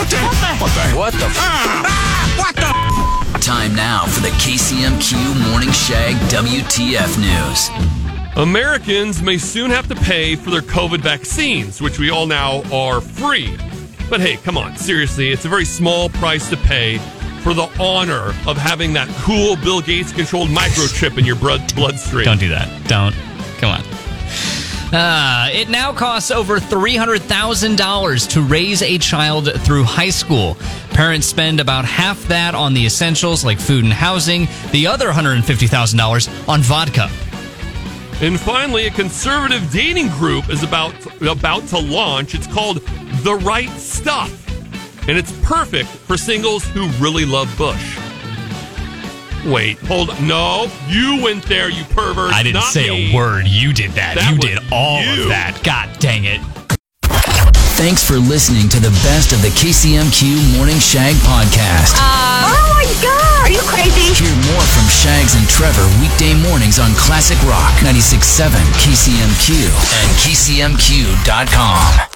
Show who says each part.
Speaker 1: What the?
Speaker 2: What the? F-
Speaker 1: What the?
Speaker 3: Time now for the KCMQ Morning Shag WTF News.
Speaker 4: Americans may soon have to pay for their COVID vaccines, which we all now are free. But hey, come on, seriously, it's a very small price to pay for the honor of having that cool Bill Gates controlled microchip in your blood bloodstream.
Speaker 5: Don't do that. Don't. Come on. Uh, it now costs over $300,000 to raise a child through high school. Parents spend about half that on the essentials like food and housing, the other $150,000 on vodka.
Speaker 4: And finally, a conservative dating group is about about to launch. It's called The Right Stuff, and it's perfect for singles who really love Bush. Wait, hold on. No, you went there, you pervert.
Speaker 5: I didn't
Speaker 4: not
Speaker 5: say
Speaker 4: me.
Speaker 5: a word. You did that.
Speaker 4: That
Speaker 5: you
Speaker 4: was
Speaker 5: did all
Speaker 4: you.
Speaker 5: of that. God dang it.
Speaker 3: Thanks for listening to the best of the KCMQ Morning Shag podcast.
Speaker 1: Uh.
Speaker 6: oh my god! Are you crazy?
Speaker 3: Hear more from Shags and Trevor weekday mornings on Classic Rock 96.7 KCMQ and KCMQ.com.